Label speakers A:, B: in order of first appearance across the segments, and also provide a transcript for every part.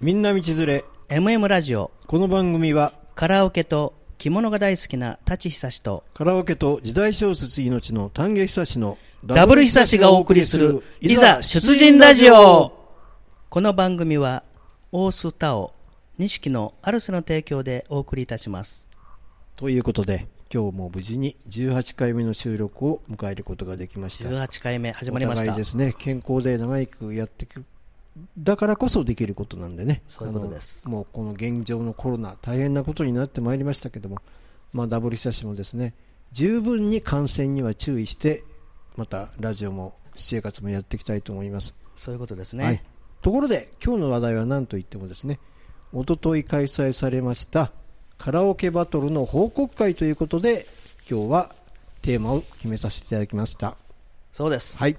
A: みんな道連れ
B: MM ラジオ
A: この番組は
B: カラオケと着物が大好きな舘久志と
A: カラオケと時代小説命の丹下久志の
B: ダブル久志がお送りするいざ出陣ラジオこの番組は大須田尾錦のアルスの提供でお送りいたします
A: ということで今日も無事に18回目の収録を迎えることができました
B: 18回目始まりま
A: お
B: し
A: 互
B: た
A: いですね健康で長くやっていくだからこそできることなんでね
B: そういうことです
A: あのもうこの現状のコロナ大変なことになってまいりましたけども、まあ、ダブル久しもですね十分に感染には注意してまたラジオも私生活もやっていきたいと思います
B: そういうことですね、
A: はい、ところで今日の話題は何といってもですねおととい開催されましたカラオケバトルの報告会ということで今日はテーマを決めさせていただきました
B: そうです、
A: はい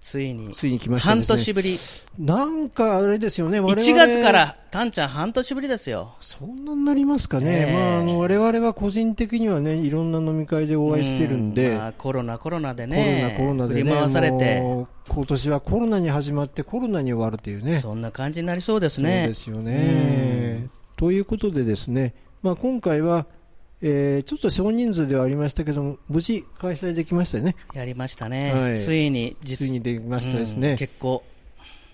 B: ついに
A: ついに来ました
B: 半
A: ですね
B: 年ぶり、
A: なんかあれですよね我々
B: 1月からたんちゃん半年ぶりですよ
A: そんなになりますかね、
B: ねえ
A: まあ、あの我々は個人的にはねいろんな飲み会でお会いしてるんで、
B: うまあコロナコロナで
A: コロナ
B: ね
A: コロナで
B: 振
A: ね
B: り回されて
A: もう今年はコロナに始まってコロナに終わるというね
B: そんな感じになりそうです
A: そう
B: ね
A: ですよね。ということでですね、まあ、今回は、えーちょっと少人数ではありましたけども無事開催できましたよね
B: やりましたね、
A: はい
B: ついに
A: ついにできま
B: ま
A: したですね、
B: 結構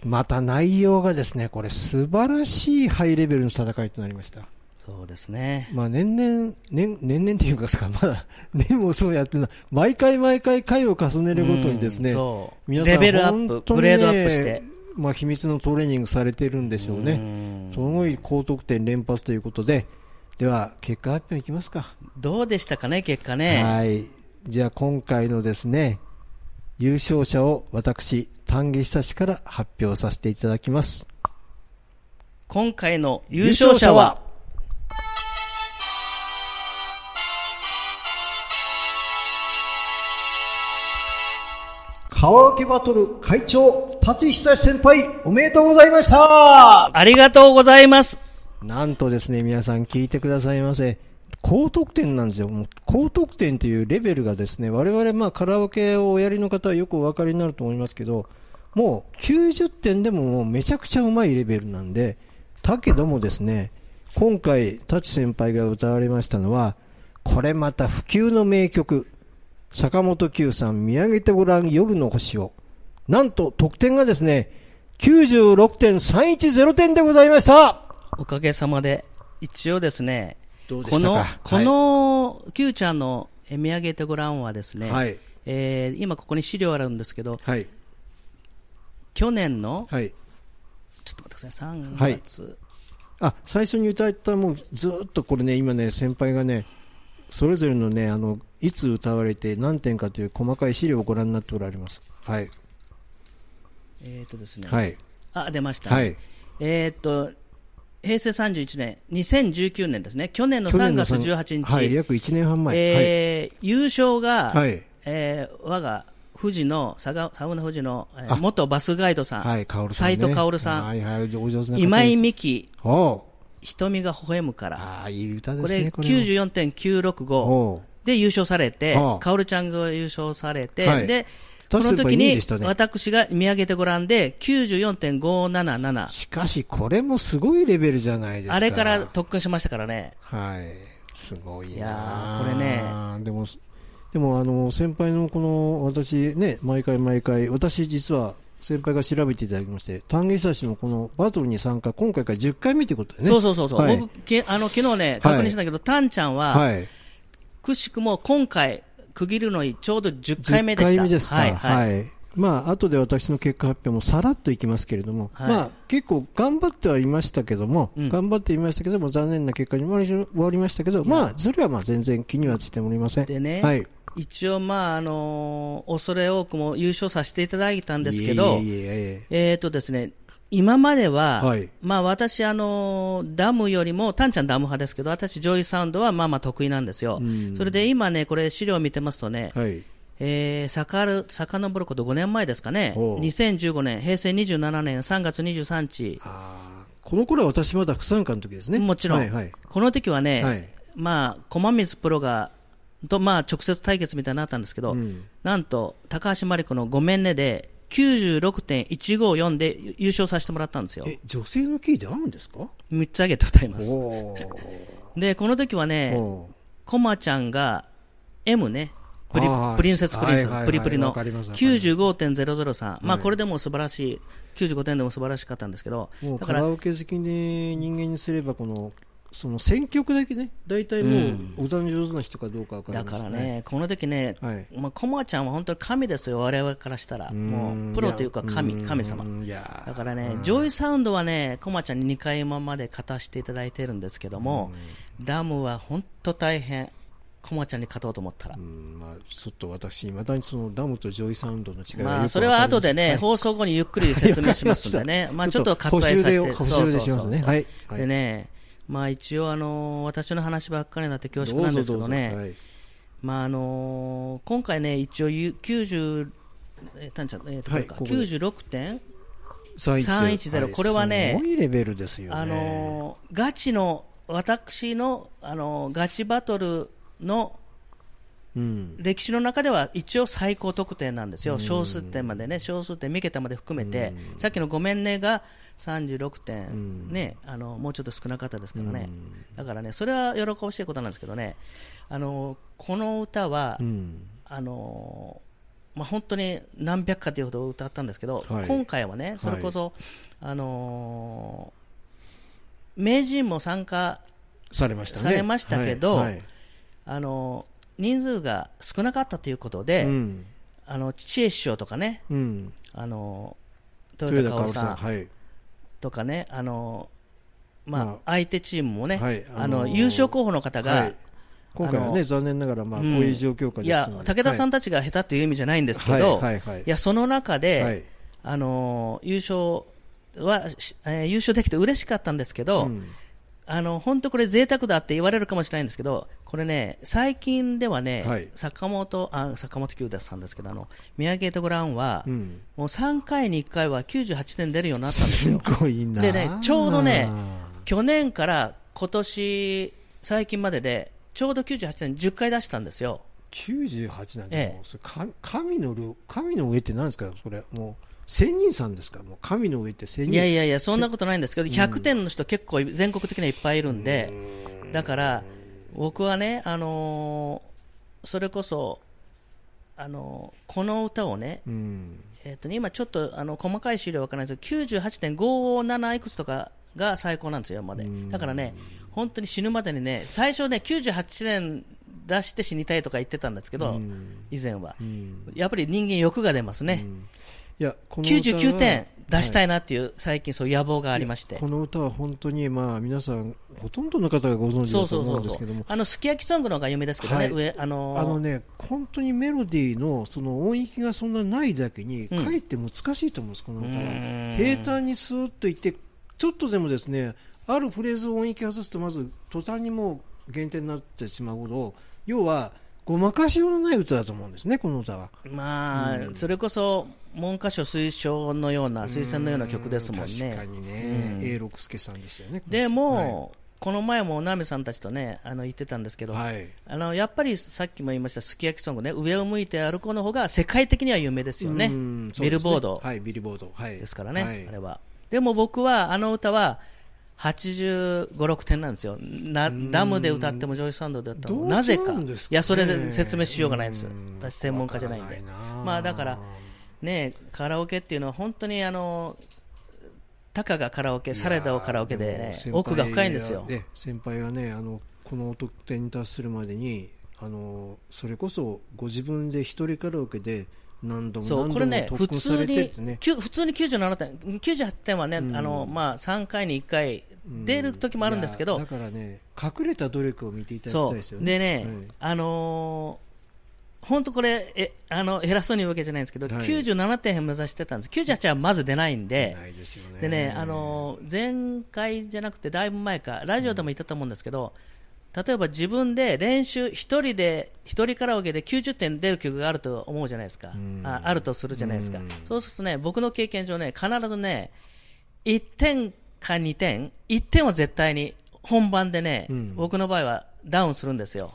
A: また内容がですねこれ素晴らしいハイレベルの戦いとなりました、
B: そうですね
A: まあ、年々年年々っていうかですかまだ 年もそうやってるな毎回毎回回を重ねるごとにですね、
B: うんそう
A: 皆さん
B: レベルアッ
A: 本
B: プ
A: 当に
B: グ
A: ね
B: レードアップして
A: まあ、秘密のトレーニングされてるんでしょうね、
B: うん
A: すごい高得点連発ということで、では結果発表いきますか。
B: どうでしたかね結果ね
A: はい。じゃあ今回のですね、優勝者を私、丹下久志から発表させていただきます。
B: 今回の優勝者は
A: カラオケバトル会長、達久志先輩、おめでとうございました
B: ありがとうございます
A: なんとですね、皆さん聞いてくださいませ。高得点なんですよ。もう高得点というレベルがですね、我々、まあ、カラオケをおやりの方はよくお分かりになると思いますけど、もう90点でももうめちゃくちゃうまいレベルなんで、だけどもですね、今回、舘先輩が歌われましたのは、これまた不朽の名曲、坂本九さん、見上げてごらん夜の星を。なんと、得点がですね、96.310点でございました
B: おかげさまで一応ですね
A: どうで
B: こ
A: した
B: の
A: か
B: この Q ちゃんの「え見上げてごらん」はですね、
A: はい
B: えー今ここに資料あるんですけど
A: はい
B: 去年の
A: はい
B: ちょっと待ってください3
A: はい
B: 月、
A: あ最初に歌ったもうずーっとこれね今ね先輩がねそれぞれのねあのいつ歌われて何点かという細かい資料をご覧になっておられますはい
B: えっ、とですね、
A: はい
B: あ出ました、
A: はい
B: えーっと平成31年、2019年ですね、去年の
A: 去
B: 3
A: 年の
B: 月18日、
A: はい約1年半前
B: えー優勝が、
A: はいはい
B: えー我が富士の、佐賀サウナ富士の、えー
A: あ
B: 元バスガイドさん、
A: はい薫さんね
B: 斉藤薫さん、
A: はいはいお上手な方です
B: 今井美樹、
A: おう
B: 瞳が微笑むから、
A: ああいい歌で
B: こ
A: す
B: れ
A: ね
B: 94.965
A: おう
B: で優勝されて
A: ああ、
B: 薫ちゃんが優勝されて、
A: はい
B: でこ
A: 確かに
B: の時
A: いい
B: に
A: でしたね
B: 私が見上げてごらんで、94.577。
A: しかしこれもすごいレベルじゃないですか
B: あれから特訓しましたからね。
A: はい、すごいない
B: やーこれね、
A: でも、でもあの先輩のこの私ね、毎回毎回、私実は先輩が調べていただきまして、丹下久志のこのバトルに参加、今回から10回目ということでね。
B: そうそうそうそう、
A: はい
B: 僕けあの昨日ね、確認したんだけど、タンちゃんは、
A: はい、
B: くしくも今回、区切るのにちょうど10回目
A: 10
B: でした。
A: 回目ですか。
B: は
A: はいい、
B: はい
A: まあ後で私の結果発表もさらっといきますけれども、
B: はい
A: まあ結構頑張ってはいましたけども、
B: うん
A: 頑張っていましたけども残念な結果に終わり終わりましたけど、まあそれはまあ全然気にはしておりません。
B: でね
A: はい。
B: 一応、まああのー恐れ多くも優勝させていただいたんですけど、
A: いえいえいえいえ
B: えーとですね、今までは、
A: はい
B: まあ、私、あのーダムよりも、タンちゃんダム派ですけど、私、ジョイサウンドはまあまあ得意なんですよ、
A: うん
B: それで今ね、これ、資料を見てますとね、
A: はい。
B: えー、さかる遡ること5年前ですかね、
A: ほう
B: 2015年、平成27年3月23日、
A: あーこの頃は私まだ不参加の時ですね。
B: もちろん、
A: はいはい。
B: この時はね、
A: はい
B: まあ、駒水プロがと、まあ、直接対決みたいになったんですけど、
A: うん
B: なんと高橋真理子の「ごめんね」で96.154で優勝させてもらったんですよ。
C: え、女性のキーであるんですか
B: 3つ挙げて歌います。
A: おー
B: で、この時はね、
A: おー
B: コマちゃんが M ね、プリ
A: あー
B: プリンセスプリンセ
A: はいはいはい
B: ス、プリプリの
A: わかりますわかります
B: 95.003、まあ
A: はい
B: これでも素晴らしい、95点でも素晴らしかったんですけど、
A: もう
B: だか
A: カ
B: ら
A: ラオケ好きで人間にすればこのその選曲だけね大体もう歌の上手な人かどうかわかり
B: だ
A: ま
B: か
A: す
B: らね、この時ね、
A: はい
B: まあ、コマちゃんは本当に神ですよ、我々からしたら、
A: うん
B: もうプロというか
A: い
B: 神、
A: や
B: 神様
A: う。んいや
B: だからね、ジョイサウンドはね、コマちゃんに2回今まで勝たせていただいてるんですけども、ダムは本当大変、コマちゃんに勝とうと思ったら
A: う。んまあちょっと私いまだにそのダムとジョイサウンドの違いがよくわかり
B: ま
A: ま
B: あ、
A: す
B: それは後でね、放送後にゆっくり説明しますんでね、まあ、ちょっと割愛させて、
A: 補修でしますね。はい。はい
B: でね、まあ、一応、あのー私の話ばっかりになって恐縮なんですけどね、
A: うぞうぞ
B: まああのー今回ね、一応ゆ90、えーたんちゃん、えーと
A: はい
B: これか
A: ここで
B: 96点、
A: はい、
B: 310これはね
A: すごいレベルですよね。
B: あのーガチの、私の、あのーガチバトルの
A: うん。
B: 歴史の中では一応最高得点なんですよ、小数点までね、小数点3桁まで含めて、さっきのごめんねが36点、ねあの、もうちょっと少なかったですからね、だからね、それは喜ばしいことなんですけどね、あのこの歌は、
A: うん。
B: あのまあ、本当に何百かというほど歌ったんですけど、
A: はい
B: 今回はね、それこそ、あの名人も参加
A: されましたね。
B: されましたけど
A: はいはい
B: あの人数が少なかったということで、
A: うん。
B: あの知恵師匠とかね、
A: うん。
B: あの豊
A: 豊田
B: 田薫
A: 薫さ
B: さ
A: ん。
B: ん
A: はい。
B: とかね、あのまあ
A: まあ
B: 相手チームもね、
A: はい
B: あ
A: あ
B: の
A: のー
B: 優勝候補の方が、
A: はい今回は
B: あの
A: ね、残念ながら、まあ、こ
B: う
A: うんいう状況下
B: い
A: です
B: や
A: ので。
B: 武田さん
A: で
B: たちが下手という意味じゃないんですけど、
A: はいいはい。
B: やその中で、
A: はい
B: あの優勝は、しえー優勝できて嬉しかったんですけど、
A: うん
B: あの本当これ贅沢だって言われるかもしれないんですけど、これね最近ではね、
A: はい
B: 坂本あ坂本九太さんですけどあの宮城とグラウンは、
A: うん。
B: もう3回に1回は98点出るようになったんです
A: す
B: よ。
A: ごいな。
B: でねちょうどね去年から今年最近まででちょうど98点10回出したんですよ。
A: 98なんで、
B: ええ
A: もうそれ神神のる神の上って何ですか、それ、もう仙人さんですか、もう神の上って仙人
B: いやいやいや、そんなことないんですけど、100点の人結構全国的にはいっぱいいるんで、だから、僕はね、あのーそれこそ、あのーこの歌をね、
A: うん、
B: えっとね今ちょっとあの細かい資料わからないですけど、98.557いくつとかが最高なんですよ、今まで。だからね、本当に死ぬまでにね、最初ね、98点出して死にたいとか言ってたんですけど、以前は。やっぱり人間欲が出ますね。
A: いやこの歌は
B: 99点出したいなっていう、最近そういう野望がありまして。
A: この歌は本当に、まあ、皆さん、ほとんどの方がご存知
B: そ
A: だと
B: うそう
A: 思
B: そ
A: うん
B: う
A: です
B: そ
A: け
B: う
A: ども、
B: あのすき焼きソングの方が有名ですけどね、
A: はい
B: 上あのー
A: あのね、本当にメロディーのその音域がそんなないだけに、
B: うん
A: かえって難しいと思うんです、この歌
B: う
A: は
B: ん。
A: 平坦にスーッといって、ちょっとでもですね、あるフレーズを音域外すと、まず途端にもう減点になってしまうほど、要は、ごまかしようのない歌だと思うんですね、この歌は。
B: まあ、それこそ文科省推奨のような推薦のような曲ですもん
A: 確か
B: ね。
A: にね、永六輔さんですよね。この人
B: でも、この前もおなめさんたちとねあの言ってたんですけど、
A: はい、はい
B: あのやっぱりさっきも言いましたすき焼きソングね上を向いて歩こうの方が世界的には有名ですよね。
A: うんそう
B: ビ
A: で
B: ル
A: すね
B: ボード
A: はい、ビルボード。はい。
B: ですからね、
A: はい
B: あれは。でも僕は、あの歌は、85、6点なんですよ。なダムで歌ってもジョイサウンドで歌って
A: ど
B: も、
A: う
B: なぜか。
A: 違うん
B: い
A: ですかね
B: や、それで説明しようがないです。
A: うん
B: 私、専門家じゃないんで。
A: わからな
B: まあ、だから、ね、カラオケっていうのは本当に、あの、たかがカラオケ、されどカラオケで,、
A: いや
B: ね
A: ー、も
B: 奥が深いんです
A: 先
B: よ。
A: 輩がね先輩がねあのこの得点に達するまでにあのそれこそご自分で一人カラオケで何度も
B: そう
A: 何
B: こ
A: 度
B: れ
A: も
B: ね、
A: 特
B: 普
A: 訓さ
B: 通
A: れてっ
B: に、
A: てね
B: きゅ普通に97点、98点はね、あのまあ、3回に1回出る時もあるんですけど、
A: いやだからね隠れた努力を見ていただき
B: そ
A: たい
B: う
A: ですよね
B: でね、あの本当これえあの偉そうに言うわけじゃないんですけど、
A: はい
B: 97点目指してたんです98はまず出ないん
A: はい
B: で、
A: ないですよね
B: でね、あの前回じゃなくてだいぶ前かラジオでも言ったと思うんですけど、例えば自分で練習一人で一人カラオケで90点出る曲があると思うじゃないですか、
A: ん
B: ああるとするじゃないですか、そうするとね僕の経験上ね必ずね1点か2点1点は絶対に本番でね、
A: うん
B: 僕の場合はダウンするんですよ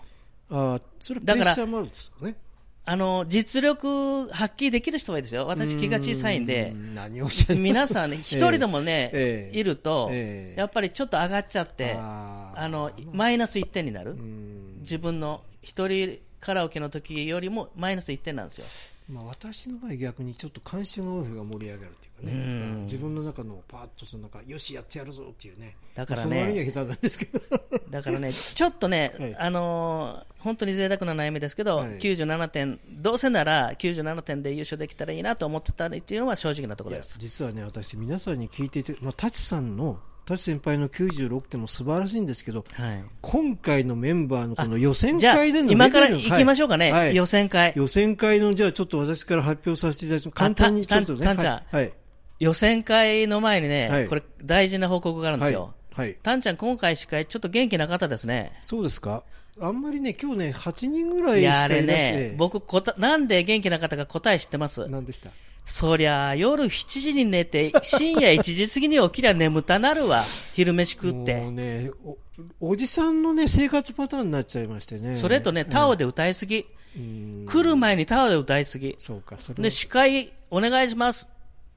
A: あーそれプ
B: だ
A: レ
B: から
A: ッシャーもあるんですよね
B: あの実力発揮できる人はいいですよ、私、気が小さいんで
A: う、ん何をおっしゃいます
B: 皆 さんね、一人でもね、
A: ええ
B: いると、
A: ええ
B: やっぱりちょっと上がっちゃって、
A: あー
B: あのマイナス1点になる、
A: うん
B: 自分の一人カラオケの時よりもマイナス1点なんですよ。
A: まあ、私の場合逆にちょっと関心が多い方が盛り上がるっていうかね、
B: うん
A: 自分の中のパーッとその中よしやってやるぞっていうね
B: だからね
A: その割には下手なんですけど
B: だから ね、ちょっとね、
A: はい
B: あのー本当に贅沢な悩みですけど、
A: はい
B: 97点、どうせなら97点で優勝できたらいいなと思ってたりっていうのは正直なとこ
A: い
B: ろ
A: や
B: です。
A: 実はね私皆さんに聞いていて、まあ、タチさんのタチ先輩の96点も素晴らしいんですけど
B: はい、
A: 今回のメンバーのこの予選
B: じゃあ、
A: 会での
B: 今から行きましょうかね、
A: はいはい
B: 予選会。
A: 予選会のじゃあちょっと私から発表させていただきます簡単にちょっとね
B: たたたんちゃん
A: はいはい
B: 予選会の前にね、
A: はい
B: これ、大事な報告があるんですよ。
A: はいはい
B: タンちゃん、今回司会、ちょっと元気なかったですね。
A: そうですかあんまりね今日ね8人ぐらい
B: い
A: し
B: や、
A: か
B: あ
A: いらっ
B: れ
A: しゃ
B: ね、僕こた、なんで元気なかったか答え知ってます。
A: 何でした
B: そりゃあ、夜7時に寝て、深夜1時過ぎに起きりゃ眠たなるわ。昼飯食っ
A: もう
B: て。
A: ねおおじさんのね生活パターンになっちゃいましてね
B: それとね、タオで歌いすぎ。
A: うん
B: 来る前にタオで歌いすぎ。
A: そうかそれは
B: で、司会お願いします。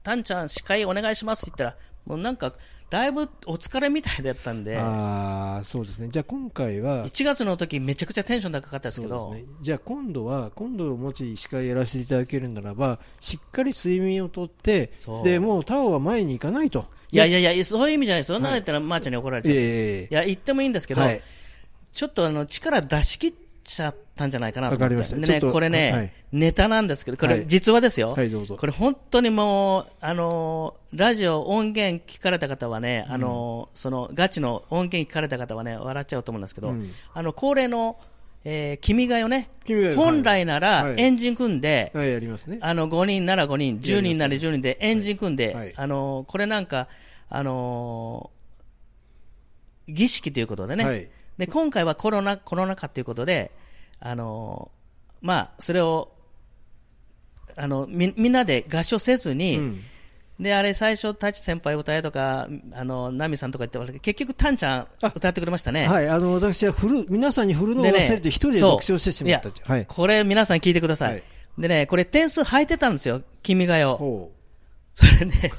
B: タンちゃん、司会お願いしますって言ったら、もうなんか、だいぶお疲れみたいだったんで、
A: ああそうですねじゃあ今回は
B: 1月の時めちゃくちゃテンション高かったですけ
A: そ
B: ど、
A: うですね、じゃあ今度は今度もし司会やらせていただけるならばしっかり睡眠をとって
B: そう
A: でもうタオは前に行かないと
B: いやいやいや、そういう意味じゃないです。そんなの言ったら、まーちゃんに怒られちゃう。い
A: ええ
B: や、言ってもいいんですけど、
A: はい
B: ちょっとあの力出し切っちゃったんじゃないかなと思って。
A: わかりました
B: で
A: ちょっ
B: ね、
A: と
B: これね、
A: はい
B: ネタなんですけど、こ
A: は
B: れ
A: い
B: 実話ですよ。
A: はいどうぞ
B: これ本当にもう、あのーラジオ音源聞かれた方はね、あのーそのガチの音源聞かれた方はね、笑っちゃうと思うんですけど、
A: うん
B: あの、恒例の、えー君が代ね、
A: 君が代
B: 本来な
A: は
B: ら
A: い
B: エンジン組んで、
A: はいやりますね
B: あの5人なら5人、10人なら10人でエンジン組んで、
A: はいはい
B: あのこれなんか、あのー儀式ということでね、
A: はい
B: で今回はコロナコロナ禍ということで、あのーまあ、それをあのみみんなで合唱せずに、
A: うん
B: であれ最初、舘先輩歌えとか、あのナミさんとか言ってましたけど、結局、タンちゃん歌ってくれましたね。
A: はい、あの私は振る皆さんに振るのを
B: で
A: 忘
B: ね
A: れて一人で
B: そう
A: 爆笑してしまった
B: いや
A: はい
B: これ、皆さん聞いてください。
A: はい
B: でね、これ点数入ってたんですよ、君が代。
A: ほう
B: それね、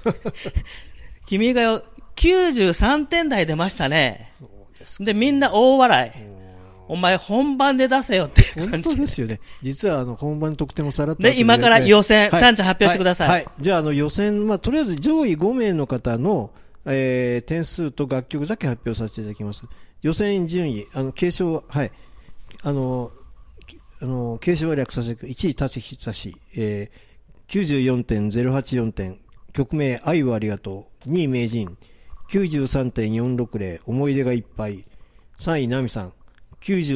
B: 君が代93点台出ましたね。
A: そうです
B: で、みんな大笑い。お前本番で出せよっていう
A: 本
B: 感
A: 当
B: じ。
A: ですよね。実はあの本番の得点もさらっと
B: で
A: 後
B: 今から予選
A: はい
B: タンちゃん発表してください
A: はい。はいじゃあ、あの予選、まあ、とりあえず上位5名の方の、えー、点数と楽曲だけ発表させていただきます。予選順位、あの、継承は、はい。あの、きあの、継承は略させて、1位、立ちひさし、えー、94.084点、曲名、愛をありがとう、2位、名人、93.460、思い出がいっぱい、3位、ナミさん、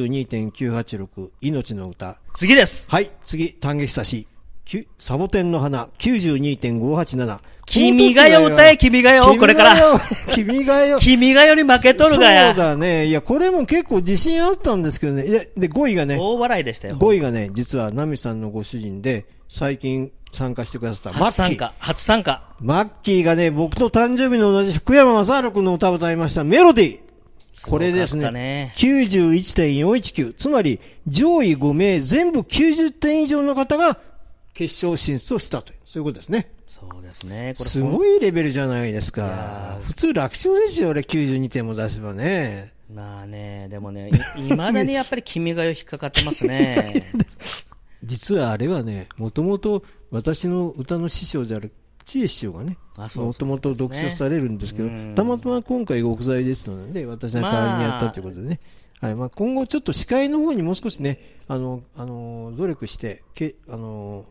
A: 92.986、命の歌、
B: 次です。
A: はい、次、丹下久し。きゅサボテンの花、92.587。
B: 君が代歌え、君が代これから。
A: 君が代。
B: 君が代に負けとるが
A: そう
B: や。
A: だね。いや、これも結構自信あったんですけどね。いやで、5位がね、
B: 大笑いでしたよ。
A: 5位がね、実はナミさんのご主人で、最近参加してくださったマ
B: 初
A: ッキ
B: 参
A: ー。
B: 加。初参加。
A: マッキーがね、僕と誕生日の同じ福山雅治君の歌を歌いました、メロディー。これです
B: すごか
A: ね
B: ったね
A: 91.419。つまり、上位5名全部90点以上の方が決勝進出をしたという、そういうことですね。
B: そうですね。これ
A: すごいレベルじゃないですか。普通楽勝ですよ、俺92点も出せばね。
B: まあね、でもね、い未だにやっぱり君が代引っかかってます ね。
A: 実はあれはね、もともと私の歌の師匠である知恵師匠がね、
B: あそう
A: もともと読書されるんですけど、
B: うん
A: たまたま今回ご不在ですので、私が代わりにやったということでね。はい、まあ今後ちょっと司会の方にもう少しね、あの、あの、努力して、けあの、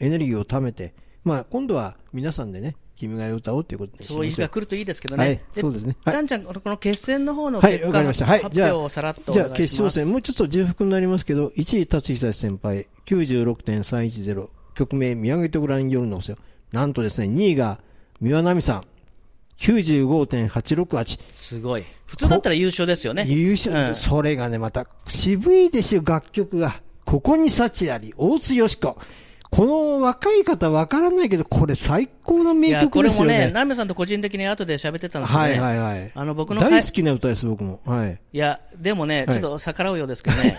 A: エネルギーを貯めて、まあ今度は皆さんでね、君が代を歌おうということにし
B: そう
A: ま
B: いう
A: しょ
B: 日が
A: う。
B: 来るといいですけどね。
A: はい、そうですね。はい
B: ダンちゃん、このこの決戦の方の
A: はい、
B: 結
A: わ
B: 果
A: かりました。はい、
B: 発
A: じゃ
B: 表
A: あ
B: をさらっとお
A: じゃ
B: 願
A: あ
B: いします。
A: 決勝戦、もうちょっと重複になりますけど、1位、辰久先輩、96.310、曲名、見上げてごらん夜の星よ。なんとですね、2位が、三輪奈美さん、95.868。
B: すごい。普通だったら優勝ですよね。
A: 優勝、
B: うん
A: それがね、また、渋いですよ、楽曲が。ここに幸あり、大津よしこ。この若い方わからないけど、これ最高の
B: い
A: 名
B: や、こ
A: 曲
B: れ
A: です
B: も
A: よね。
B: ね、ナミさんと個人的に後で喋ってたんですけど
A: は
B: ね。
A: いはいはい。
B: あの僕の
A: 大好きな歌です、僕も。はい。
B: いや、でもね、
A: はい
B: ちょっと逆らうようですけどね、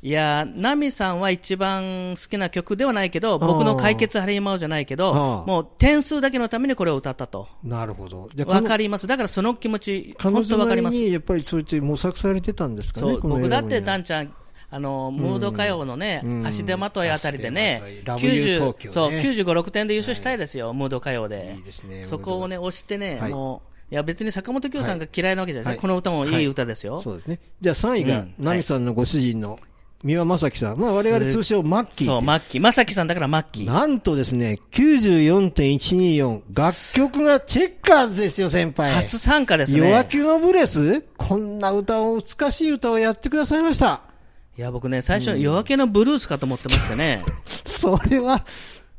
B: いや、ナミさんは一番好きな曲ではないけど、僕の解決ハリーマウじゃないけど
A: あー、
B: もう点数だけのためにこれを歌ったと、
A: なるほど。じゃあ
B: わかります、だからその気持ち、
A: 彼
B: 本
A: 女
B: 当
A: な
B: わ
A: り
B: かります。
A: にやっぱりそうやって模索されてたんですか
B: そ
A: ね、
B: う
A: この
B: 僕だっ
A: 選ぶ
B: て、
A: には
B: ダンちゃん、あのムード歌謡のね、
A: うん
B: 足手まといあたりで
C: 足手、
B: ね
C: まといラブユー東京ね
B: 90そう95、6点で優勝したいですよ、ムード歌謡で
C: いいですね
B: そこをね、押してね、
A: はい
B: もう、いや、別に坂本九さんが嫌いなわけじゃない、
A: はい
B: この歌もいい歌ですよ。
A: そうですね。じゃあ3位
B: う
A: が
B: ん、
A: ナミさんのご主人の三輪正樹さん。まあ我々通称マッキー
B: そ
A: っ
B: う、
A: て。
B: マッキー。まさきさんだからマッキー。
A: なんとですね、94.124。楽曲がチェッカーズですよ、先輩。
B: 初参加ですね。
A: 夜明けのブレスこんな歌を、美しい歌をやってくださいました。
B: いや、僕ね、最初、夜明けのブルースかと思ってましてね。
A: それは、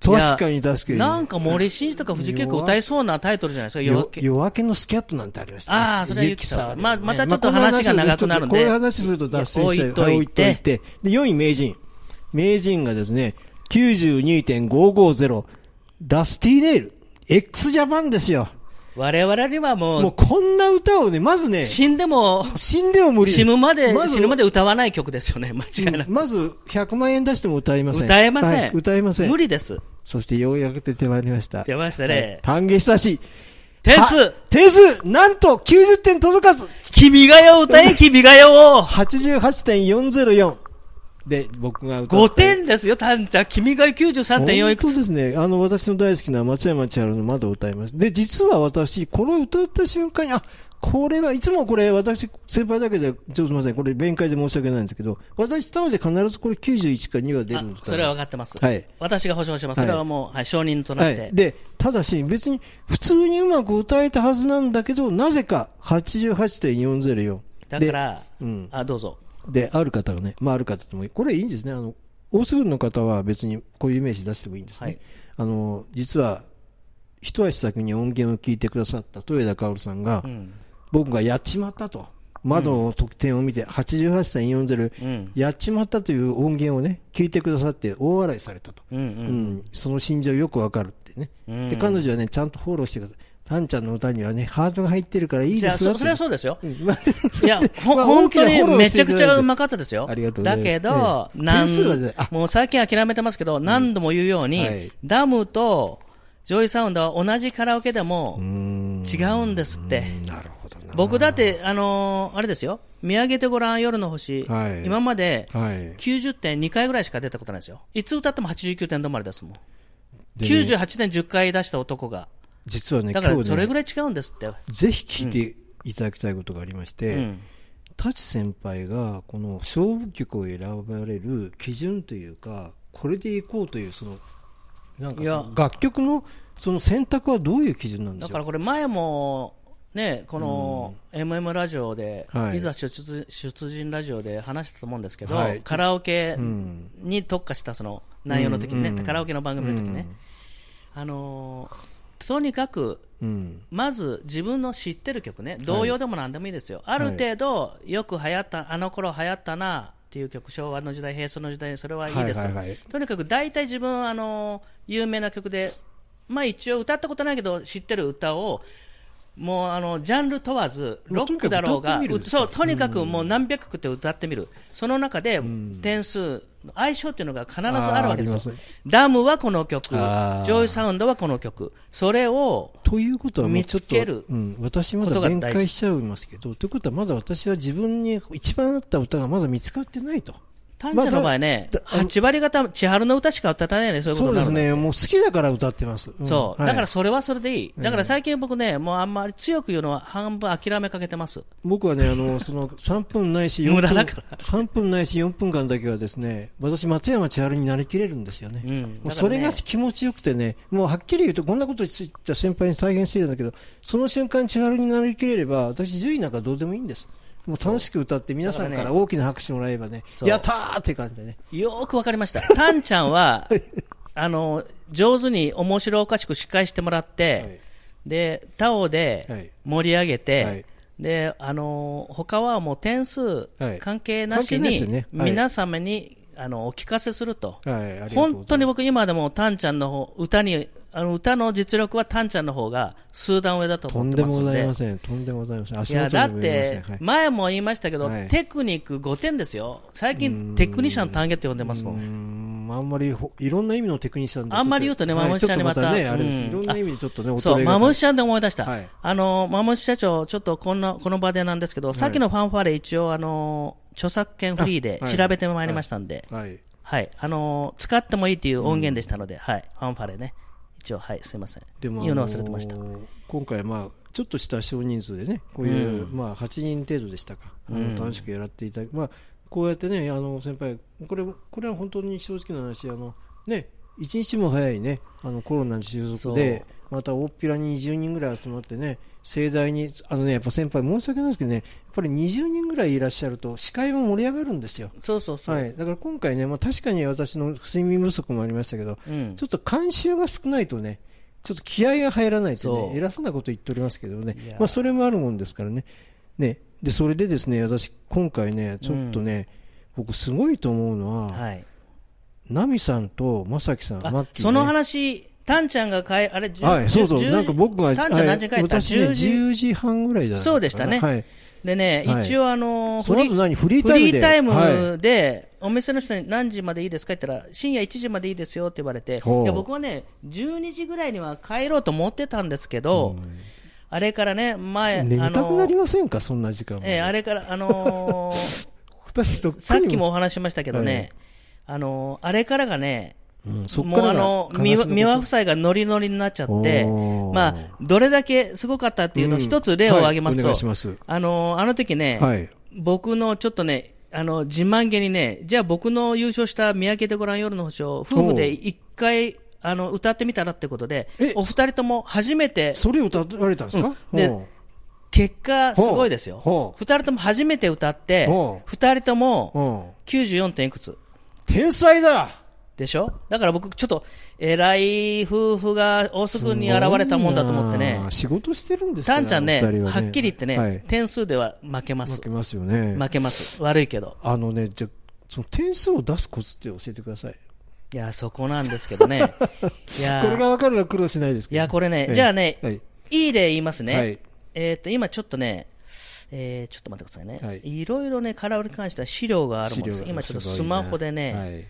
A: 確かに確かに。
B: なんか森進一とか藤木君歌いそうなタイトルじゃないですか、夜明
A: よ
B: け。
A: 夜明けのスキャットなんてありましたね。
B: ああそれはゆきさん
A: ゆね
B: まあまたちょっと話が長くなるんで
A: まあこの話するとこういう話すると脱線しちゃう
B: いや置いといて
A: はで、4位名人。名人がですね、92.550。ラスティネイル。x ジャパンですよ。
B: 我々にはも
A: もう
B: う、
A: こんな歌をね、まずね、
B: 死んでも、
A: 死んでも無理。
B: 死ぬまで、
A: まず
B: 死ぬまで歌わない曲ですよね、間違いなく。
A: まず100万円出しても歌えません。
B: 歌えません
A: はい歌えません
B: 無。理です。
A: そしてようやく出てまいりました。
B: 出ました
A: はい
B: ね。
A: 丹下久志。
B: 点数
A: あ点数なんと90点届かず
B: 君が代を歌え、君が代を
A: !88.404 で、僕が歌
B: !5
A: って。
B: 点ですよ、タンちゃん。君が代93.4いく
A: 本当
B: つ。
A: ですね。あの、私の大好きな松山千春の窓を歌います。で、実は私、これを歌った瞬間に、あ、これはいつもこれ、私、先輩だけで、ちょっとすみません、これ、弁解で申し訳ないんですけど、私、タワで必ずこれ91か2が出るんです
B: あ
A: から
B: それは分かってます。
A: はい
B: 私が保証します。
A: はい
B: それはもう、はい、承認と
A: は
B: なって
A: い、。でただし、別に普通にうまく歌えたはずなんだけど、なぜか88.404。
B: だから、
A: で,、うん、
B: あ、どうぞ。
A: で、ある方がね、まあ、ある方でも、これいいんですね、あの大須郡の方は別にこういう名詞出してもいいんですね、
B: はい
A: あの実は一足先に音源を聞いてくださった豊田薫さんが、
B: うん。
A: 僕がやっちまったと、窓の得点を見て、88.40、
B: うん。
A: やっちまったという音源をね、聞いてくださって、大笑いされたと。
B: うんう
A: うん
B: ん
A: その心情よくわかるってね、
B: うん
A: で彼女はねちゃんとフォローしてくださいタンちゃんの歌にはねハートが入ってるからいい
B: じ
A: で
B: ゃあ、
A: すよ
B: そそれはそうですよ。
A: うんまあ
B: いや、ほ
A: まあ大
B: 本当
A: きな
B: に
A: フォロー
B: め
A: して
B: ちゃくちゃうまかったですよ。
A: ありがとうございます
B: だけど、
A: ええ
B: なん
A: 点数はねあ
B: もう最近諦めてますけど、何度も言うように、
A: はい
B: ダムとジョイサウンドは同じカラオケでも
A: うーん
B: 違うんですって。
A: なるほどな
B: 僕だって、あのーあれですよ。見上げてごらん夜の星、
A: はい
B: 今まで
A: はい
B: 90点2回ぐらいしか出たことないですよ。いつ歌っても89点止まりですもん。
A: でね
B: 98点10回出した男が。
A: 実はね
B: だから
A: 今日
B: それ
A: ね
B: ぐらい違うんですって。
A: ぜひ聞いていただきたいことがありまし
B: う
A: て、
B: ん。
A: 舘先輩がこの勝負曲を選ばれる基準というかこれでいこうというそのなんかその
B: いや
A: 楽曲のその選択はどういう基準なんで
B: だ
A: し
B: か
A: ょ
B: ら
A: う
B: これ前もねこの MM ラジオで、
A: はい
B: い、ざ出自出陣ラジオで話したと思うんですけど、
A: はい
B: カラオケ
A: ん
B: に特化したその内容の時にね、
A: うん
B: カラオケの番組の時ね、あのーとにかく
A: うん
B: まず自分の知ってる曲ね童謡でも何でもいいですよ、ある程度よく流行ったあの頃流行ったなっていう曲昭和の時代平成の時代それはいいです、
A: はいはいはい
B: とにかく大体自分あの有名な曲でまあ一応歌ったことないけど知ってる歌をもうあのジャンル問わず
A: も
B: ロ
A: うと
B: ッ
A: にかく
B: クだろう
A: 歌っ
B: が
A: てみるん
B: う
A: ですか
B: そうとにかくもう何百曲って歌ってみるその中で点数相性っていうのが必ずあるわけで
A: あーあ
B: す
A: り
B: よ
A: ま
B: ダムはこの曲ジ
A: あー
B: ョイサウンドはこの曲それを
A: ということはもうちょっと
B: 見つける
A: うん、私まだ弁解しちゃいますけどということはまだ私は自分に一番合った歌がまだ見つかってないと
B: タンちゃんの場合ね
A: ま、あだ
B: 8割方、千春の歌しか歌ってないね、そういう
A: そ
B: こと
A: う
B: にな
A: で
B: る
A: す
B: の。
A: ねもう好きだから歌ってます、ん
B: そう、
A: はい
B: だからそれはそれでいい、だから最近僕ね、もうあんまり強く言うのは半分諦めかけてます、
A: 僕はね、あの、その3分ないし4分、
B: 無駄だか
A: 3分ないし4分間だけはですね、私、松山千春になりきれるんですよね。
B: うんだからね
A: もうそれが気持ちよくてね、もうはっきり言うと、こんなこと言った先輩に大変失礼だけど、その瞬間千春になりきれれば、私、順位なんかどうでもいいんです。もう楽しく歌って皆さんから大きな拍手もらえばね、
B: そう
A: やったーって感じでね。
B: よーくわかり ました、タンちゃんはあの上手に面白おかしく司会してもらって、
A: はい
B: でタオ
A: は
B: で
A: い
B: 盛り上げて、
A: はい
B: であの他はもう点数
A: はい
B: 関係なし
A: 関係ないです
B: に、
A: よねはい
B: 皆様にあのお聞かせすると、
A: はい、ありがとうご
B: 本
A: ざ
B: 当
A: い
B: に
A: ま
B: 僕、今でもタンちゃんの方歌にあの歌の実力はタンちゃんの方が数段上だと
A: す。と
B: 思
A: ん
B: って
A: で
B: ま
A: も
B: す
A: ご
B: の
A: ざい
B: で
A: ま。せん。とんでもございません。
B: い
A: 足
B: や
A: 元
B: だ
A: で
B: っ
A: も言いません。
B: て
A: はい、
B: 前も言いましたけど、
A: はい
B: テクニック5点ですよ、最近、テクニシャン単元って呼んでますも
A: うー
B: ん、
A: んあんまりほいろんな意味のテクニシャンでちょっと
B: あんまり言うとね
A: はい
B: マムシさんにまた
A: ちょっとねあれです
B: うん
A: いろんな意味でちょっとね劣
B: そう、
A: れが
B: マムシ社で思い出した、
A: はい
B: あのマムシ社長、ちょっとこんなこの場でなんですけど、さっきのファンファレ、一応あの、著作権フリーで
A: あはい
B: 調べてまいりましたんで、
A: はい
B: はいあの使ってもいいという音源でしたので、はい、ファンファレね、一応、はい、すみません、
A: でも
B: 言うの忘れてました
A: あ。のー今回まあちょっとした少人数でねこういう、まあ8人程度でしたかあの
B: うん
A: 楽しくやらっていただき、まあこうやってねあの先輩これこれは本当に正直な話あのね一日も早いねあのコロナの収束でまた大っぴらに20人ぐらい集まってね盛大にあのねやっぱ先輩申し訳ないですけどねやっぱり20人ぐらいいらっしゃると司会も盛り上がるんですよ
B: そうそうそう、
A: はい、だから今回ね、まあ、確かに私の睡眠不足もありましたけど、
B: うん
A: ちょっと監修が少ないとね、ちょっと気合が入らないと
B: そ
A: ね、
B: う
A: 偉そうなこと言っておりますけど
B: いや
A: ね
B: ー、
A: まあ、それもあるもんですからね、ねでそれでですね私、今回ね、ちょっとね、僕、すごいと思うのは、
B: はい
A: ナミさんとまさきさん、マッ
B: あ
A: キーね
B: その話、タンちゃんが変え、あれ、10
A: はい、そうそ
B: 10
A: う、なんか僕が、
B: タンちゃん何時に帰った、
A: 私ね、
B: 10時。
A: 10時半ぐらいだったかな
B: そうでしたね
A: はい、
B: でね、
A: はい
B: 一応、あのー
A: その後何、フリー
B: フ
A: タイムで
B: リータイ
A: はい
B: ムで、お店の人に何時までいいですかって言ったら、深夜1時までいいですよって言われて、い
A: ほう
B: や僕はね、12時ぐらいには帰ろうと思ってたんですけど、あれからね、前、あ
A: 眠たくな
B: の
A: り
B: ー、
A: ませんか、そんな時間も
B: ええあれから、あの ー
A: 私とっくに
B: さっきもお話ししましたけどね、あのーあれからがね、
A: うんそっ
B: もう
A: から
B: あ
A: が
B: の
A: 悲し
B: 三
A: み
B: 輪
A: の
B: 三輪夫妻がノリノリになっちゃって、
A: おー
B: まあ、どれだけすごかったっていうのを一つ例を挙げます
A: うんはいお願
B: と
A: いします、
B: あのあの時ね、
A: はい
B: 僕のちょっとね、あの自慢げにね、じゃあ僕の優勝した三宅でご覧夜の星を夫婦で一回あの歌ってみたらってことで
A: え、
B: お二人とも初めて、
A: それ歌われたんですか、
B: うんで
A: ほ
B: 結果、すごいです
A: ほ
B: よ、
A: う
B: 二人とも初めて歌って
A: ほ、う
B: 二人と
A: う
B: も
A: うん
B: 94点いくつ。
A: 天才だ
B: でしょだから僕、ちょっと、偉い夫婦が大須君に現れたもんだと思
A: す
B: って
A: ごい
B: ね
A: な、仕事してるんですか
B: タ
A: ら
B: ンちゃんね、
A: お二人
B: はっきり言ってね、
A: はい
B: 点数では負けます
A: 負け。ますよね
B: 負けます。悪いけど。
A: あのねじゃあその点数を出すコツって教えてください
B: いや、そこなんですけどね。いや、
A: これが分かるら苦労しないです
B: い
A: けど
B: やこれね、
A: ええ
B: じゃあね、
A: はいい、
B: い例言いますね。
A: はい
B: えっ、と、今ちょっとね、えーちょっと待ってくださいね。
A: はい
B: い、ろいろね、カラオケに関しては資料があるもんです。
A: 資料が
B: 今ちょっと
A: す
B: ス
A: ごいな
B: マホでね、
A: はい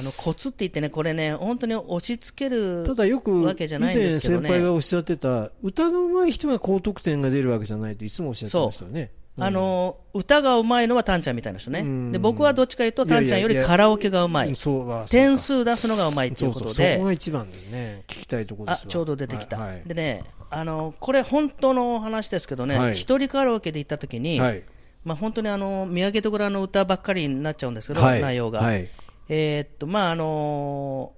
B: あの、コツって言ってね、これね、本当に押し付ける
A: ただよく
B: わけ
A: 以
B: じゃないんで
A: 前
B: すけど
A: 先
B: ね。
A: 輩がおっしゃってた歌の上手い人が高得点が出るわけじゃないといつもおっしゃってましたよね
B: あの歌がうまいのはタンちゃんみたいな人ね、
A: ん
B: で僕はどっちかいうと、タンちゃんよ
A: い
B: り
A: やいやいや
B: カラオケがうま
A: う
B: い
A: ん、そうはそうか
B: 点数出すのがうまいというこ
A: そう
B: と
A: そうそ
B: で
A: こ、が一番ですね聞きたいところ
B: あ
A: ですわ
B: ちょうど出てきた、
A: はいはい
B: でねあの、これ、本当の話ですけどね、一、
A: はい
B: 人カラオケで行った時に、
A: はい
B: まあ、本当にあの三宅と蔵の歌ばっかりになっちゃうんですけど、
A: はい
B: 内容が。
A: はい
B: えーっと、まああの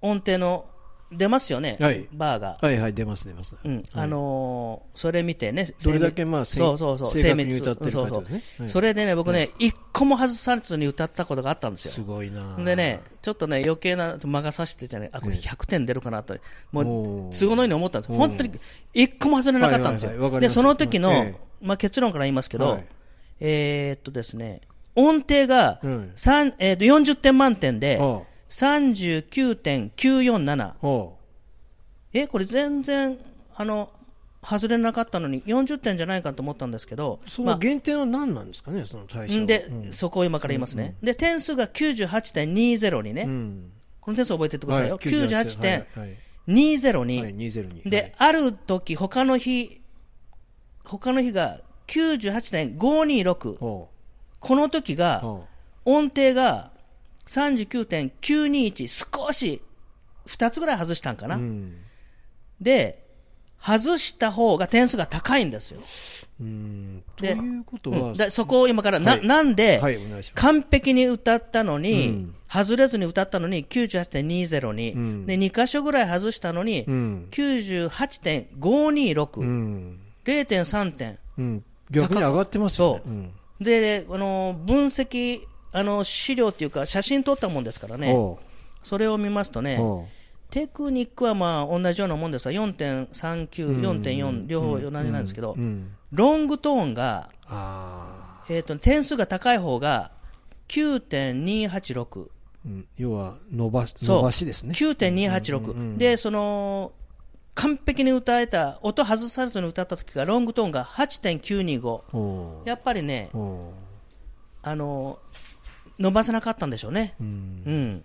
B: 音程の出ますよね、
A: はい
B: バーが。
A: はいはい出ます出ます、
B: うんあのーそれ見てね、
A: どれだけまあ
B: 精密そうそうそう
A: 正確に歌ってる
B: 精
A: か
B: 密
A: とい
B: そ
A: ううね
B: そう、
A: はい
B: それでね、僕ね、一個も外されずに歌ったことがあったんです
A: す
B: よ。
A: ごいな
B: でね、ちょっとね、余計な間が差してじゃない、あ、これ100点出るかなと、も
A: お
B: う
A: ー
B: 都合のいいように思ったんですよ、本当に一個も外れなかったんです
A: はいはいはいわ
B: よ。
A: かり
B: で、
A: ます
B: その時の、
A: ええ
B: まあ、結論から言いますけど、
A: はい
B: えーっとですね、音程が、
A: うん
B: 三えーっと40点満点で、
A: は
B: 39.947。
A: あは
B: えこれ全然あの外れなかったのに40点じゃないかと思ったんですけど
A: あ、そ
B: ま
A: の
B: あ
A: 減点は何なんですかねその対象
B: ん
A: は
B: で、
A: うん
B: そこを今から言いますね、で点数が98.20にね、
A: うん
B: この点数覚えておいてくださいよ、
A: はい
B: 98.20
A: はい
B: に、
A: はいはい202
B: で、ある時他の日他の日が98.526
A: ほ
B: この時
A: う
B: が
A: ほ
B: 音程が39.921少し2つぐらい外したんか
A: う
B: な、
A: うん
B: で外した方が点数が高いんですよ
A: うんと
B: で
A: いうこと
B: う
A: は
B: んだそこを今からな、
A: はい
B: なんで、
A: はいお願いします
B: 完璧に歌ったのに、
A: うん
B: 外れずに歌ったのに98.20に、
A: うん
B: で2箇所ぐらい外したのに、
A: うん
B: 98.526、
A: うん
B: 0.3点
A: うん逆に上がってますよね
B: そう
A: うん
B: で、あの分析あの資料っていうか写真撮ったもんですからね
A: ほ
B: それを見ますと
A: う
B: ね、
A: ほう
B: テクニックはまあ同じようなもんですが4.39、4.4両方同じなんですけど、
A: うん
B: ロングトーンが
A: あ
B: えー、と点数が高い方が9.286。
A: うん要は伸ばし
B: そう
A: 伸ばしですね。
B: 9.286、
A: うんうんうん
B: でその完璧に歌えた音外さずに歌った時がロングトーンが8.925
A: おー
B: やっぱりね
A: おー
B: あの伸ばせなかったんでしょうね
A: うん
B: うん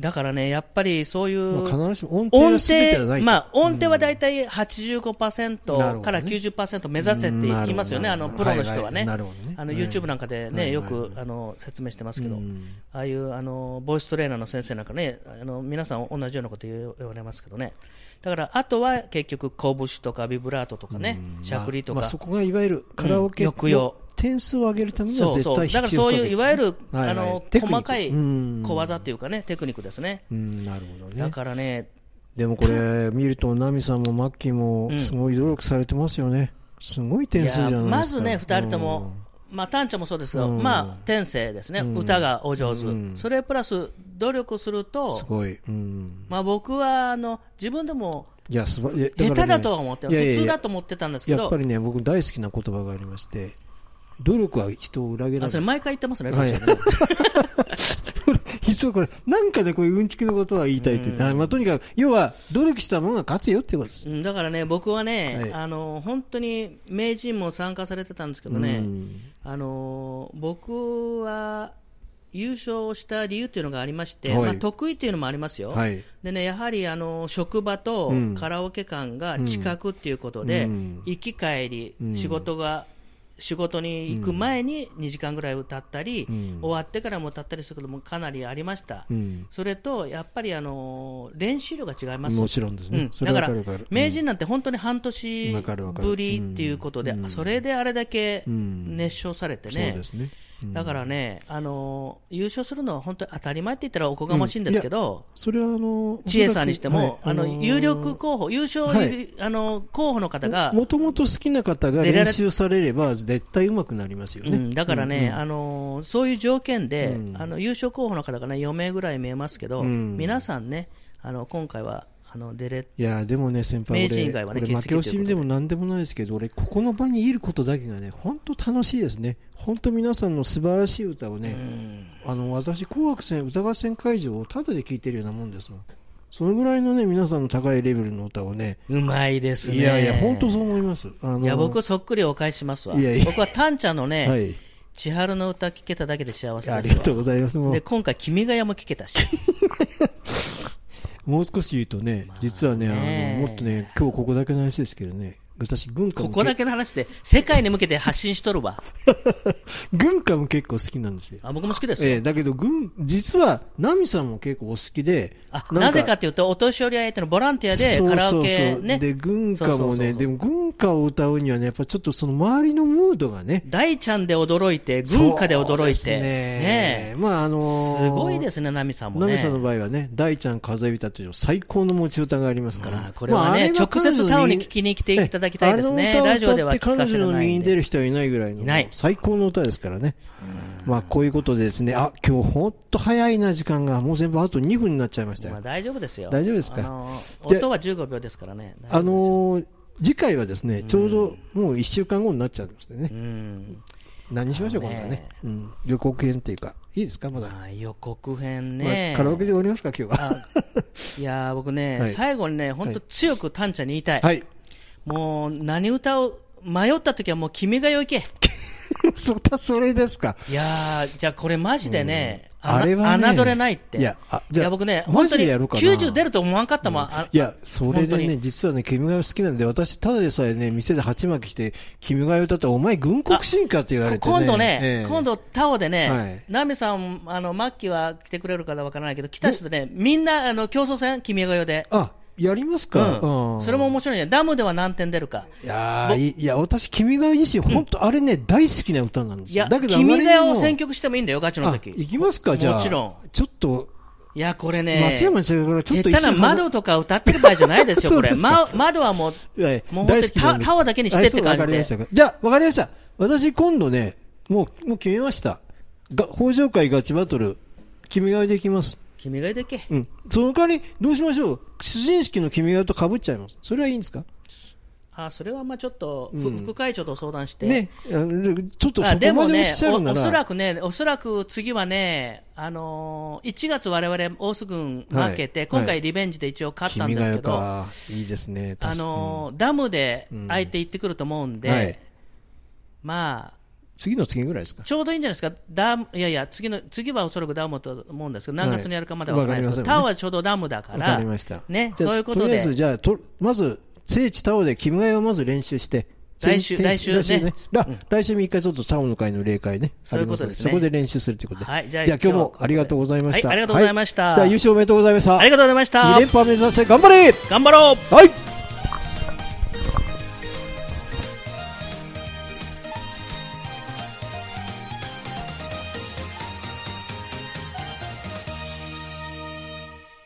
B: だからねやっぱりそういう
A: まあ必ずしも音程
B: 音
A: が全てではない
B: 程
A: と
B: まあ音程は大体
A: なるほ
B: 85%
A: ど
B: から
A: ね
B: 90%目指せって言いますよね、
A: うん
B: あのプロの人はね、
A: なるほどね
B: あの YouTube なんかでね、
A: はい
B: よ
A: はい
B: く
A: はい
B: あの説明してますけど、
A: うん
B: ああいうあのボイストレーナーの先生なんかね、あの皆さん同じようなこと言う言われますけどね、だからあとは結局、拳とかビブラートとかね、しゃくりと
A: ま
B: か、
A: あまあそこがいわゆるカラオケ
B: うん抑揚
A: の点数を上げるためには
B: そう
A: 絶
B: そう、
A: 対必
B: だ
A: 要
B: からそういういわゆる、
A: はいはい
B: あの
A: テクニック
B: 細かい
A: うん
B: 小技っていうかね、テクニックですね。
A: うんなるほど
B: だ
A: ね
B: からね、
A: でもこれ見ると奈美さんもマッキー
B: う
A: も
B: ん
A: すごい努力されてますよねすごい点数じゃない
B: や
A: ですか
B: まずね、2人と
A: うん
B: も、まあ、タンちゃんもそうですが、
A: うん
B: まあ、天性ですね、
A: うん
B: 歌がお上手、
A: うん
B: それプラス努力すると
A: す、ごい、うん、
B: まあ、僕はあの自分でも
A: いやすば下
B: 下手だとは思って、
A: いやいやいや
B: 普通だと思ってたんですけ
A: や
B: ど
A: っぱ、りね僕大好きな言葉がありまして努力は人を裏切ら
B: あそ
A: な い
B: れ毎回言ってますね、
A: はい
B: ルー シーね
A: 実はこれなんかでこういううんちくのことは言いたいって言って、まあ、とにかく要は努力したものが勝つよっていうことです、
B: うんだからね、僕はね、
A: はい
B: あの本当に名人も参加されてたんですけどね、あの僕は優勝した理由というのがありまして、
A: はい
B: まあ、得意というのもありますよ。
A: うんはい
B: でね、やはりあの職場と
A: うん
B: カラオケ館が近くっていうことで、
A: うん
B: 行き帰り、
A: うん
B: 仕事が仕事に行く前に2時間ぐらい歌ったり、
A: うん
B: 終わってからも歌ったりすることもかなりありました、
A: うん、
B: それとやっぱりあの練習量が違います、
A: もちろんです
B: う
A: ね、
B: ん、
A: そ
B: だ
A: れ
B: か
A: は
B: ら
A: わるわる
B: 名人なんて本当に半年
A: わかるわかる
B: ぶりっていうことで、
A: うん
B: それであれだけ
A: うん
B: 熱唱されて
A: そう
B: ね
A: で。すね、うん
B: だからね、あの優勝するのは本当に当たり前って言ったらおこがましいんですけど、
A: それはあの
B: 知恵さんにしても、
A: はい
B: あの有力候補、優勝、
A: はい
B: あの候補の方が、
A: もともと好きな方が
B: 出られ
A: 練習されれば絶対上手くなりますよ
B: う
A: ね、
B: ん、だからね、あのそういう条件で、
A: うん
B: あの優勝候補の方が、ね、4名ぐらい見えますけど、
A: うん
B: 皆さんね、あの今回はあの出れ、
A: いやーでもね先輩
B: 名人以外は
A: 俺
B: ね
A: 俺
B: 欠
A: 負け惜
B: 席ということで
A: しみでも何でもないですけど俺ここの場にいることだけがね本当楽しいですね本当皆さんの素晴らしい歌を
B: う
A: ね、
B: ん
A: あの私紅白戦歌合戦会場をタダで聴いてるようなもんですもんそのぐらいのね皆さんの高いレベルの歌をね
B: うまいですね。
A: いやいや本当そう思いますあの
B: いや僕そっくりお返ししますわ。
A: いやいや
B: 僕はタンちゃんのね、
A: はい
B: 千春の歌聞けただけで幸せ
A: あ
B: で
A: り
B: す
A: が
B: わ。
A: とうございますもう
B: で今回君が代も聞けた し。
A: もう少し言うとね、実はね、
B: ね
A: あのもっとね、今日ここだけの話ですけどね、私、軍歌
B: こ
A: も
B: こだけの話で世界に向けて発信しとるわ。
A: 軍歌も結構好きなんですよ。
B: あ僕も好きですよ。
A: ええだけど軍、実は、ナミさんも結構お好きで、
B: あ
A: ん
B: なぜかっていうと、お年寄り相手のボランティアでカラオケ
A: そうそうそうで、
B: ね、
A: 軍歌
B: そうそ
A: も
B: うそう
A: ね、
B: そう
A: でも軍歌を歌うにはね、やっぱちょっとその周りのムードがね、
B: 大ちゃんで驚いて、軍歌で
A: そう
B: 驚い
A: です
B: て、
A: ね
B: ね
A: まああの
B: え
A: ー
B: すごいですね、ナミさんも
A: ナミさんの
B: ね。
A: 場合はね、大ちゃん風びたという最高の持ち歌がありますから、
B: まあこれはね
A: あれ
B: 直接タオに聞きに来ていただきたいですね
A: ええあの歌を
B: ラジオでは聞かせれな
A: 歌
B: いんで
A: って彼女の右に出る人はいないぐらいの
B: いない
A: 最高の歌ですからね。まあこういうことでですね、あ、今日ほんと早いな時間が、もう全部あと2分になっちゃいました
B: ま
A: よ
B: あ。大丈夫ですよ。
A: 大丈夫ですか
B: あのー
A: じゃあ
B: 音は15秒ですからね。
A: あ
B: 大丈夫ですよ
A: のー次回はですね、ちょうどもう1週間後になっちゃうんですよね。
B: うん
A: 何しましょう、今度はね。うん。予告編っていうか、いいですか、まだ。
B: まあ、予告編
A: ま
B: ね、
A: あカラオケで終わりますか、今日は。
B: いやー僕ね、
A: はい
B: 最後にね、本当、強くタンちゃんに言いたい、
A: はい。
B: もう何歌を迷った時は、もう君がよ 行け、
A: そた、それですか。
B: いやー、じゃあこれ、マジでね、
A: うんあれはね
B: 侮れないって、
A: いやあじゃあ
B: い僕ね、
A: マ
B: 本
A: ジ
B: 当
A: で
B: に
A: やろうかな
B: 90出ると思わんかったもん、あ
A: いや、それで
B: 本当
A: ね、
B: に
A: 実はね、君が代好きなんで、私、ただでさえね、店で鉢巻きして、君が代歌って、お前、軍国神かって言われて、ね、
B: 今度ね、
A: ええ
B: 今、度、タオでね、
A: はい
B: ナミさん、あのマッキーは来てくれるかわからないけど、来た人でね、みんなあの競争戦、君が代で、
A: あやりますか、
B: うん、それも面白いね、ダムでは何点出るか。
A: いやーいいや、私、君が代自身、本当、あれね、大好きな歌なんで
B: い
A: すよ。
B: や、
A: だけどあまり
B: 君
A: にも、
B: が代を選曲してもいいんだよ、ガチの
A: あ
B: 時
A: 行きますか、じゃあ、
B: もちろん
A: ちょっと、
B: いや、これね、
A: 松山千春からちょっと
B: 下手な
A: 一瞬離れ
B: 窓とか歌ってる場合じゃないです
A: そ
B: よ、こ
A: う
B: れ
A: で。すか
B: ま、窓はもう、
A: はい
B: もう本当にタタワーだけにしてって感じで
A: はいそうわかりましたじゃあ、わかりました。私、今度ね、もう、もう決めました。が、北条会ガチバトル、君が代でいきます。
B: 君がいでけ。
A: うん。その代わり、どうしましょう。出陣式の君が代と被っちゃいます。それはいいんですか
B: あそれはまあちょっと、ふ
A: うん
B: 副会長と相談して、
A: ね、あのちょっと
B: あ
A: そ
B: で
A: こ
B: も
A: までおっ
B: ね
A: しゃ
B: お、
A: るな
B: おそ
A: ら、
B: らくね、おそらく次はね、あのー1月、我々大須軍負けて、
A: はい
B: 今
A: は
B: 回、
A: い
B: リベンジで一応勝ったん
A: 君
B: で
A: が
B: す
A: や
B: け
A: っ
B: ど、あ
A: ぱいいですね、確かに
B: のーダムで
A: うん
B: 相手行ってくると思うんで、
A: はい
B: ま
A: 次の次ぐらいですか、
B: あ、ちょうどいいんじゃないですか、ダムいやいや次の、次はおそらくダムだと思うんですけど、何月にやるかまだ分からないですけど、
A: はいわか
B: タオはちょうどダムだか、
A: わからりました、
B: ね、
A: じゃあ
B: そういうこと
A: とりあえ
B: で
A: ず、じゃあ、とまず聖地タオで、キムガイをまず練習して、
B: 来週
A: 先
B: 来週ね
A: ら
B: うん
A: 来週3日、ちょっとタオの会の例会ね、
B: そういうこと
A: あり
B: で
A: ますす
B: ね
A: のそこで練習するということで、
B: はいじゃあ
A: 今日もありがとうございました。
B: はいありがとうございました
A: はじゃあ、優勝おめでとうございました。
B: ありがとうございました
A: 2連覇目指して頑張れ
B: 頑張ろう
A: はい